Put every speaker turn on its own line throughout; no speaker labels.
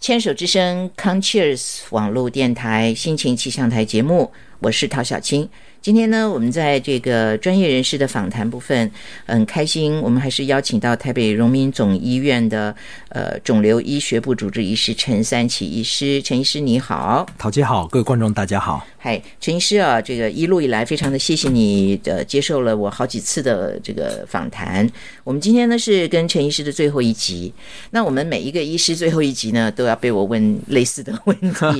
牵手之声 c o n c h e r s 网络电台心情气象台节目，我是陶小青。今天呢，我们在这个专业人士的访谈部分，很开心，我们还是邀请到台北荣民总医院的呃肿瘤医学部主治医师陈三奇医师。陈医师你好，
陶姐好，各位观众大家好。
嗨，陈医师啊，这个一路以来非常的谢谢你，呃，接受了我好几次的这个访谈。我们今天呢是跟陈医师的最后一集，那我们每一个医师最后一集呢都要被我问类似的问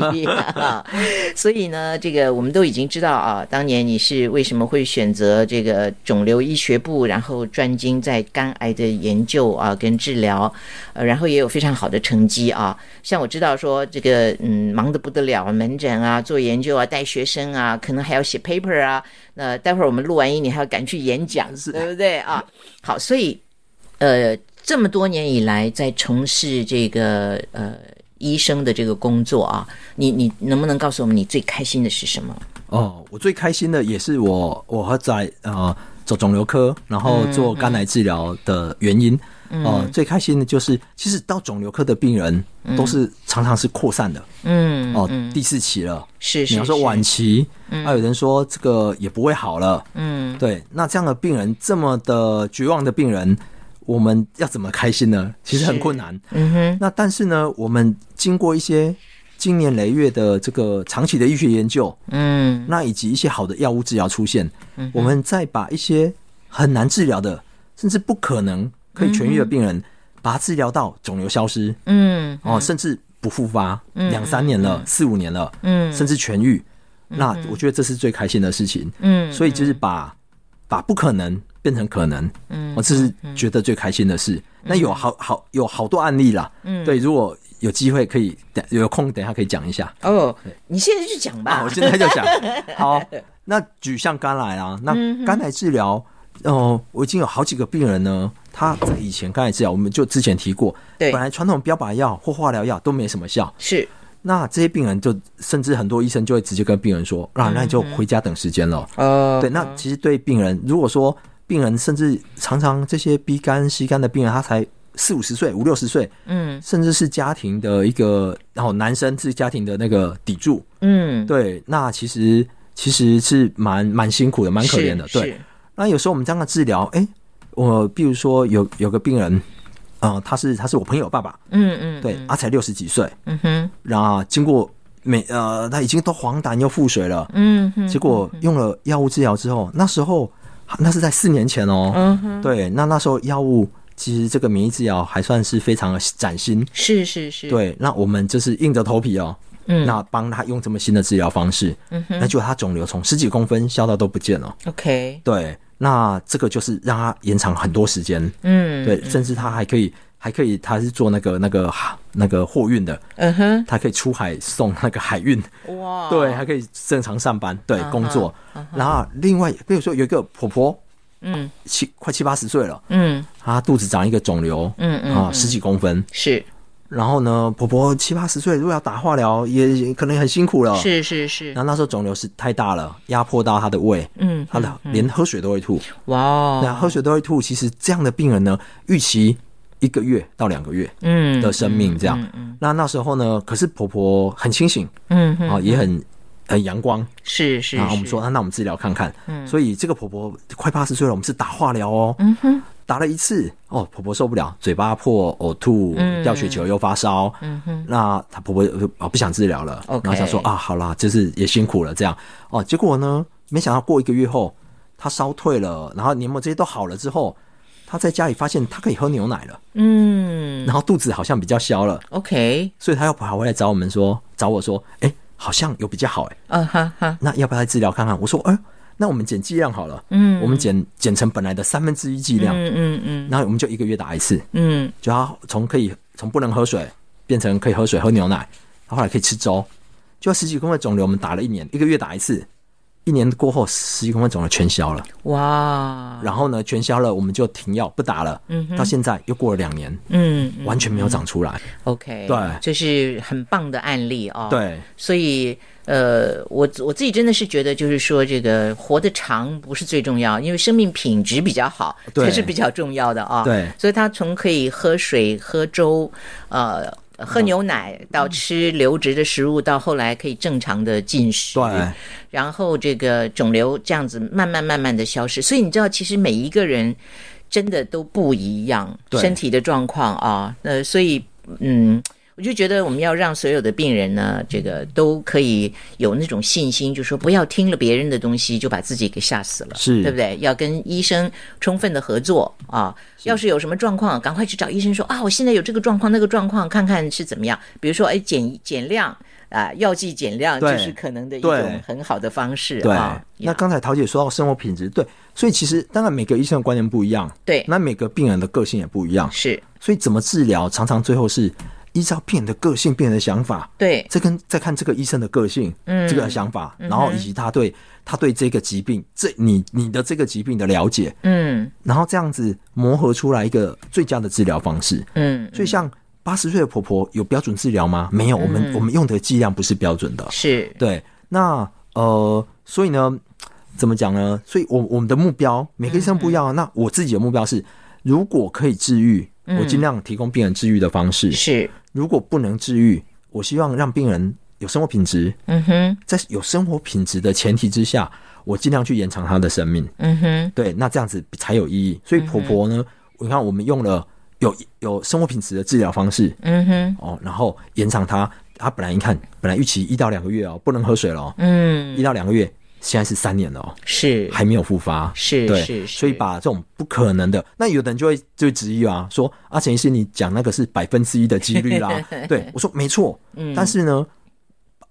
题、 啊，所以呢，这个我们都已经知道啊，当年你是为什么会选择这个肿瘤医学部，然后专精在肝癌的研究啊跟治疗，呃，然后也有非常好的成绩啊。像我知道说这个嗯忙得不得了，门诊啊做研究啊带。学生啊，可能还要写 paper 啊，那、呃、待会儿我们录完音，你还要赶去演讲，对不对啊？好，所以呃，这么多年以来，在从事这个呃医生的这个工作啊，你你能不能告诉我们，你最开心的是什么？
哦，我最开心的也是我我和在呃做肿瘤科，然后做肝癌治疗的原因。嗯嗯哦、呃，最开心的就是，其实到肿瘤科的病人都是常常是扩散的，嗯，哦、呃，第四期了，
是是。
你要说晚期，啊，有人说这个也不会好了，嗯，对。那这样的病人，这么的绝望的病人，我们要怎么开心呢？其实很困难，嗯哼。那但是呢，我们经过一些经年累月的这个长期的医学研究，嗯，那以及一些好的药物治疗出现，嗯、我们再把一些很难治疗的，甚至不可能。可以痊愈的病人，把它治疗到肿瘤消失，嗯，哦，甚至不复发，两三年了，四五年了，嗯，甚至痊愈，那我觉得这是最开心的事情，嗯，所以就是把把不可能变成可能，嗯，我这是觉得最开心的事。那有好好有好多案例啦，嗯，对，如果有机会可以等有空等下可以讲一下。
哦，你现在就讲吧，
啊我现在就讲。好，那举像肝癌啊，那肝癌治疗。哦，我已经有好几个病人呢，他在以前刚才治疗，我们就之前提过，
对，
本来传统标靶药或化疗药都没什么效，
是。
那这些病人就，甚至很多医生就会直接跟病人说，那、啊、那你就回家等时间了。哦、嗯嗯，对，那其实对病人，如果说病人甚至常常这些 B 肝、C 肝的病人，他才四五十岁、五六十岁，嗯，甚至是家庭的一个，然、哦、后男生是家庭的那个砥柱，嗯，对，那其实其实是蛮蛮辛苦的，蛮可怜的，对。那有时候我们这样的治疗，哎、欸，我比如说有有个病人，呃，他是他是我朋友爸爸，嗯,嗯嗯，对，他、啊、才六十几岁，嗯哼，然后经过每呃他已经都黄疸又腹水了，嗯哼，结果用了药物治疗之后，那时候那是在四年前哦，嗯对，那那时候药物其实这个免疫治疗还算是非常的崭新，
是是是，
对，那我们就是硬着头皮哦。嗯，那帮他用这么新的治疗方式，嗯哼，那就他肿瘤从十几公分消到都不见了。
OK，
对，那这个就是让他延长很多时间。嗯，对，甚至他还可以，还可以，他是做那个那个那个货运的，嗯哦哼，他可以出海送那个海运。哇，对，还可以正常上班，对，工作。然后另外，比如说有一个婆婆，啊嗯，七快七八十岁了，嗯，她肚子长一个肿瘤，嗯嗯，啊，十几公分
是。
然后呢，婆婆七八十岁，如果要打化疗，也可能很辛苦了。
是是是。
然后那时候肿瘤是太大了，压迫到她的胃，嗯，她的连喝水都会吐。
哇哦！
那喝水都会吐，其实这样的病人呢，预期一个月到两个月，嗯，的生命这样。那那时候呢，可是婆婆很清醒，嗯，啊，也很很阳光。
是是。
然后我们说，啊那那我们治疗看看。嗯。所以这个婆婆快八十岁了，我们是打化疗哦。嗯哼。打了一次哦，婆婆受不了，嘴巴破、呕吐、掉血球又发烧。嗯哼，那她婆婆啊不想治疗了，然后想说啊，好啦，就是也辛苦了这样哦。结果呢，没想到过一个月后，她烧退了，然后黏膜这些都好了之后，她在家里发现她可以喝牛奶了。嗯，然后肚子好像比较消了。
OK，
所以她又跑回来找我们说，找我说，哎、欸，好像有比较好哎、
啊
欸。嗯哈哈，那要不要来治疗看看？我说，哎、欸。那我们减剂量好了，嗯，我们减减成本来的三分之一剂量，嗯嗯嗯，嗯嗯然后我们就一个月打一次，嗯，就要从可以从不能喝水变成可以喝水喝牛奶，然后后来可以吃粥，就十几公分肿瘤我们打了一年，一个月打一次，一年过后十几公分肿瘤全消了，哇！然后呢，全消了我们就停药不打了，嗯，到现在又过了两年，嗯，完全没有长出来、嗯、
，OK，
对，
这是很棒的案例哦，
对，
所以。呃，我我自己真的是觉得，就是说，这个活得长不是最重要，因为生命品质比较好才是比较重要的啊。
对，
所以他从可以喝水、喝粥，呃，喝牛奶到吃流质的食物，到后来可以正常的进食，
对，
然后这个肿瘤这样子慢慢慢慢的消失。所以你知道，其实每一个人真的都不一样，
对
身体的状况啊，呃，所以嗯。我就觉得我们要让所有的病人呢，这个都可以有那种信心，就说不要听了别人的东西就把自己给吓死了，
是
对不对？要跟医生充分的合作啊，要是有什么状况，赶快去找医生说啊，我现在有这个状况那个状况，看看是怎么样。比如说，哎，减减量啊，药剂减量，
对
这是可能的一
对
种很好的方式
对
啊。
那
呀
刚才桃姐说到生活品质，对，所以其实当然每个医生的观念不一样，
对
那每个病人的个性也不一样，
是
所以怎么治疗，常常最后是依照病人的个性、病人的想法，
对
再跟再看这个医生的个性，嗯，这个想法，然后以及他对他对这个疾病，这你你的这个疾病的了解，
嗯
然后这样子磨合出来一个最佳的治疗方式。
嗯
所以像八十岁的婆婆有标准治疗吗？没有，我们我们用的剂量不是标准的。
是
对，那呃，所以呢，怎么讲呢？所以我我们的目标每个医生不一样啊。那我自己的目标是，如果可以治愈，我尽量提供病人治愈的方式；
是
如果不能治愈，我希望让病人有生活品质，
嗯哼
在有生活品质的前提之下，我尽量去延长他的生命。
嗯哼
对，那这样子才有意义。所以婆婆呢，你看我们用了有有生活品质的治疗方式
嗯哼
哦，然后延长她，她本来你看本来预期一到两个月哦，不能喝水了哦，
嗯
一到两个月，现在是三年了哦，
是
还没有复发。
是
对，
是，是
所以把这种不可能的，那有的人就会就会质疑啊，说阿陈医师，你讲那个是百分之一的几 率啦。对，我说没错，
嗯
但是呢，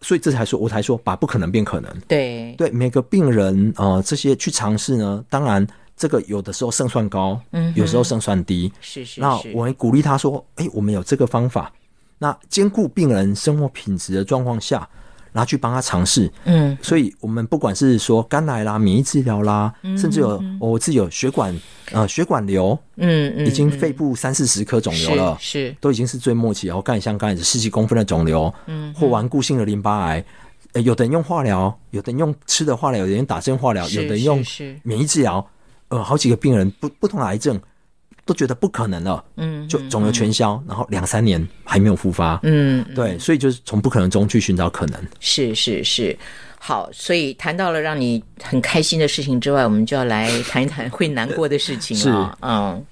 所以这才说我才说把不可能变可能。
对
对每个病人呃这些去尝试呢，当然这个有的时候胜算高，嗯，有时候胜算低。
是是
那
是
我会鼓励他说，哎、我们有这个方法，那兼顾病人生活品质的状况下，然后去帮他尝试。
嗯。
所以，我们不管是说肝癌啦、免疫治疗啦，甚至有、哦我自己有血管呃血管瘤，
嗯嗯，
已经肺部三四十颗肿瘤了，
是
都已经是最末期哦，肝像肝癌是十几公分的肿瘤，嗯，或顽固性的淋巴癌，呃，有的人用化疗，有的人用吃的化疗，有的人打针化疗，
是
啊有的
是
人用
是
免疫治疗，呃，好几个病人不不同的癌症都觉得不可能了，嗯，就肿瘤全消，然后两三年还没有复发，
嗯，
对，所以就是从不可能中去寻找可能，
是是是。好，所以谈到了让你很开心的事情之外，我们就要来谈一谈会难过的事情了。嗯，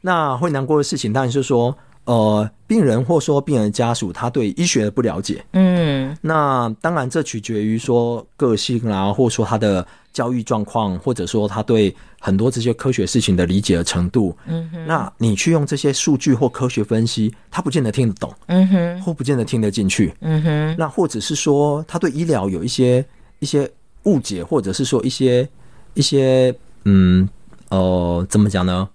那会难过的事情当然是说，呃，病人或说病人的家属他对医学的不了解，
嗯，
那当然，这取决于说个性啦、或者说他的教育状况，或者说他对很多这些科学事情的理解的程度。嗯哼，嗯那你去用这些数据或科学分析，他不见得听得懂，
嗯哼，
或不见得听得进去。嗯哼，那或者是说他对医疗有一些一些误解，或者是说一些一些嗯呃怎么讲呢？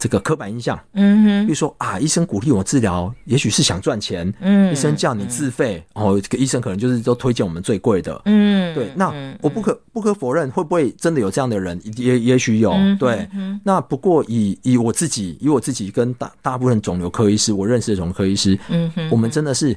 这个刻板印象，
嗯哼，
比如说啊，医生鼓励我治疗，也许是想赚钱，嗯，医生叫你自费，哦，这个医生可能就是都推荐我们最贵的，
嗯，
对，那我不可不可否认，会不会真的有这样的人？也也许有，对，那不过以以我自己，以我自己跟大大部分肿瘤科医师，我认识的肿瘤科医师，嗯，我们真的是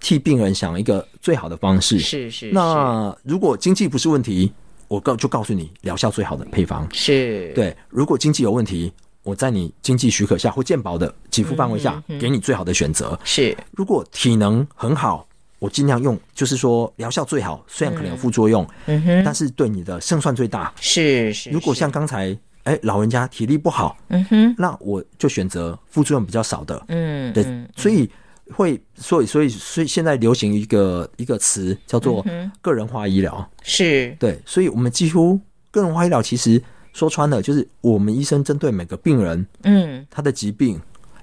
替病人想一个最好的方式。
是是
那如果经济不是问题，我告就告诉你疗效最好的配方，
是，
对，如果经济有问题，我在你经济许可下或健保的给付范围下，
嗯
给你最好的选择。
是
如果体能很好，我尽量用，就是说疗效最好，虽然可能
嗯
有副作用，但是对你的胜算最大。
是是。
如果
是
像刚才，哎、老人家体力不好，嗯哼，那我就选择副作用比较少的，
嗯
对，所以会，所以所以所以现在流行一个一个词叫做
嗯
个人化医疗，
是
对，所以我们几乎个人化医疗其实说穿了，就是我们医生针对每个病人
嗯
他的疾病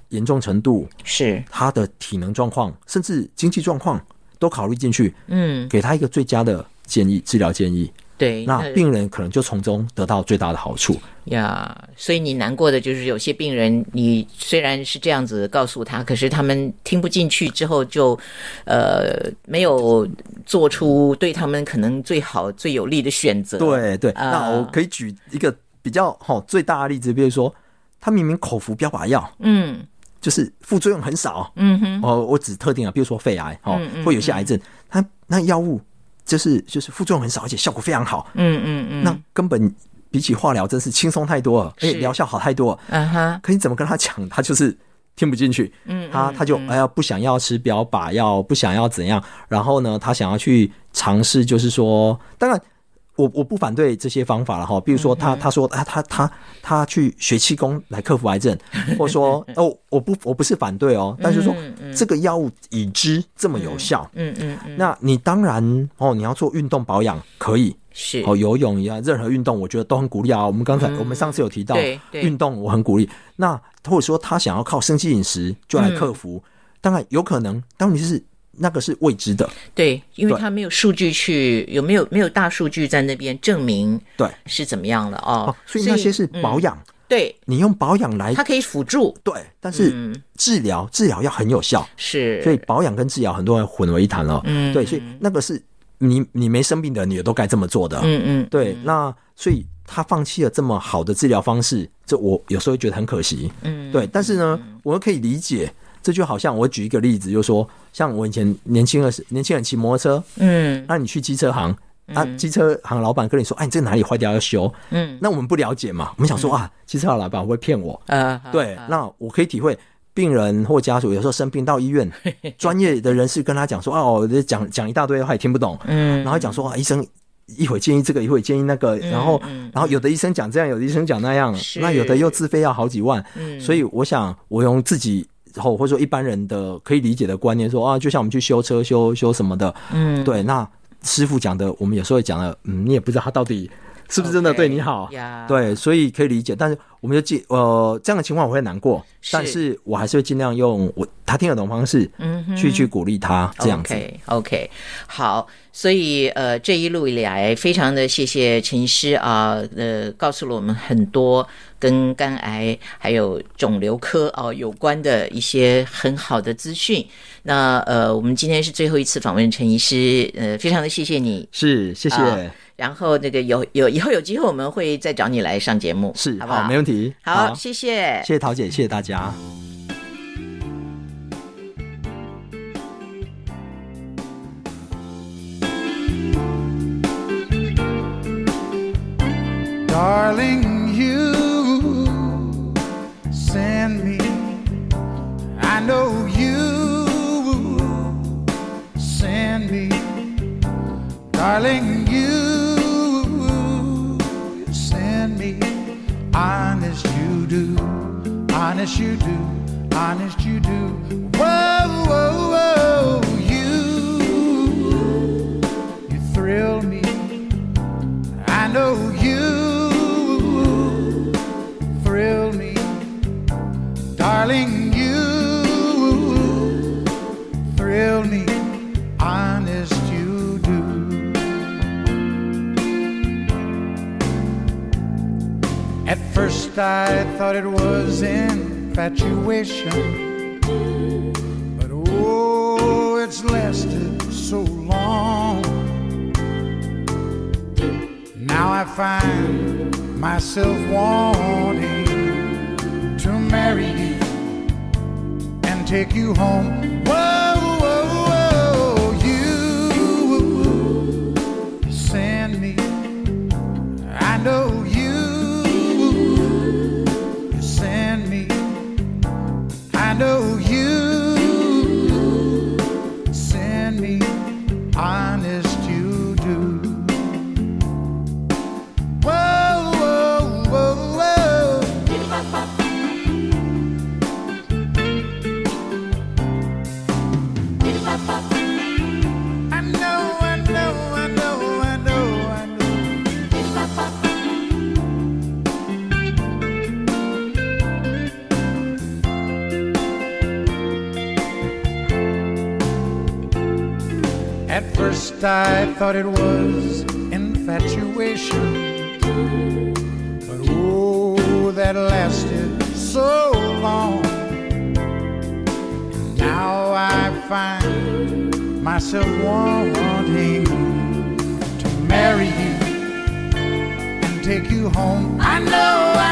严重程度、
是
他的体能状况，甚至经济状况都考虑进去，
嗯
给他一个最佳的建议、治疗建议。
对
那病人可能就从中得到最大的好处。
呀所以你难过的就是有些病人，你虽然是这样子告诉他，可是他们听不进去之后就，呃，没有做出对他们可能最好、最有利的选择。，
对对，
啊
那我可以举一个比较哈最大的例子，比如说他明明口服标靶药，
嗯
就是副作用很少，
嗯哼，
哦，我指特定啊，比如说肺癌哦，或有些癌症，它那药物就是就是副作用很少，而且效果非常好，
嗯嗯嗯，
那根本比起化疗真是轻松太多了，而且
是
疗效好太多了。
嗯哈，
可你怎么跟他讲？他就是听不进去，
嗯
他他就哎呀不想要吃标靶药，不想要怎样，然后呢，他想要去尝试，就是说，当然。我我不反对这些方法了哈，比
嗯
如说他他说啊他他他去学气功来克服 癌症，或者说哦我不我不是反对哦，但是说这个药物已知这么有效，
嗯嗯嗯，
那你当然哦你要做运动保养可以，
是，
哦，游泳呀，任何运动，我觉得都很鼓励啊。我们刚才、我们上次有提到
嗯对对
运动，我很鼓励。那或者说他想要靠生计饮食就来克服，
嗯
当然有可能，但问题是那个是未知的，
对，因为
对
他没有数据去，有没有没有大数据在那边证明
对
是怎么样了哦嗯
哦，所以那些是保养，
对，
你用保养来
它嗯可以辅助，
对，但是治疗、治疗要很有效，
是，
所以保养跟治疗很多人混为一谈了。
嗯
对，所以那个是你你没生病的人，你也都该这么做的。
嗯嗯，
对，那所以他放弃了这么好的治疗方式，这我有时候会觉得很可惜。
嗯，
对，但是呢，我又可以理解，这就好像我举一个例子，就是说，像我以前年轻的时，年轻人骑摩托车，
嗯
那你去机车行。啊，机车行老板跟你说，哎，你这哪里坏掉要修，
嗯，
那我们不了解嘛，我们想说啊，机车行老板会不会骗我，
呃，
对，那我可以体会。病人或家属有时候生病到医院，专业的人士跟他讲说：“哦，我讲讲一大堆，他也听不懂。”
嗯，
然后讲说：“啊，医生一会建议这个，一会建议那个。”然后，然后有的医生讲这样，有的医生讲那样，
嗯是嗯
那有的又自费要好几万。所以我想，我用自己后或者说一般人的可以理解的观念说啊，就像我们去修车、修修什么的，
嗯，
对，那师傅讲的，我们有时候也讲了，嗯，你也不知道他到底是不是真的对你好。
呀，
对，所以可以理解，但是我们就尽呃这样的情况我会难过，
是
但是我还是会尽量用我他听得懂的方式，
嗯哼
去去鼓励他这样子。
OK OK，好，所以呃，这一路以来，非常的谢谢陈医师啊，呃，告诉了我们很多跟肝癌还有肿瘤科哦、有关的一些很好的资讯。那呃，我们今天是最后一次访问陈医师，呃，非常的谢谢你。
是，谢谢，
啊然后那个有有以后有机会我们会再找你来上节目，
是
好不好？
没问题。
好，
谢
谢谢，
谢桃姐，谢谢大家。
Darling, you send me. I know you send me. Darling, you send me. Honest, you do. Honest, you do. Honest, you do. Whoa, whoa, whoa. You, you thrill me. I know you thrill me, darling. You thrill me, honest you do. At first, I thought it was infatuation, but oh, it's lasted so long. Now I find myself wanting to marry you and take you home. Whoa, whoa, whoa, you send me. I know you send me. I know you send me. Honest, you do. Whoa, whoa, whoa, whoa. I know, I know, I know, I know, I know. At first I thought it was infatuation. But oh, that lasted so long. And now I find myself wanting to marry you and take you home. I know, I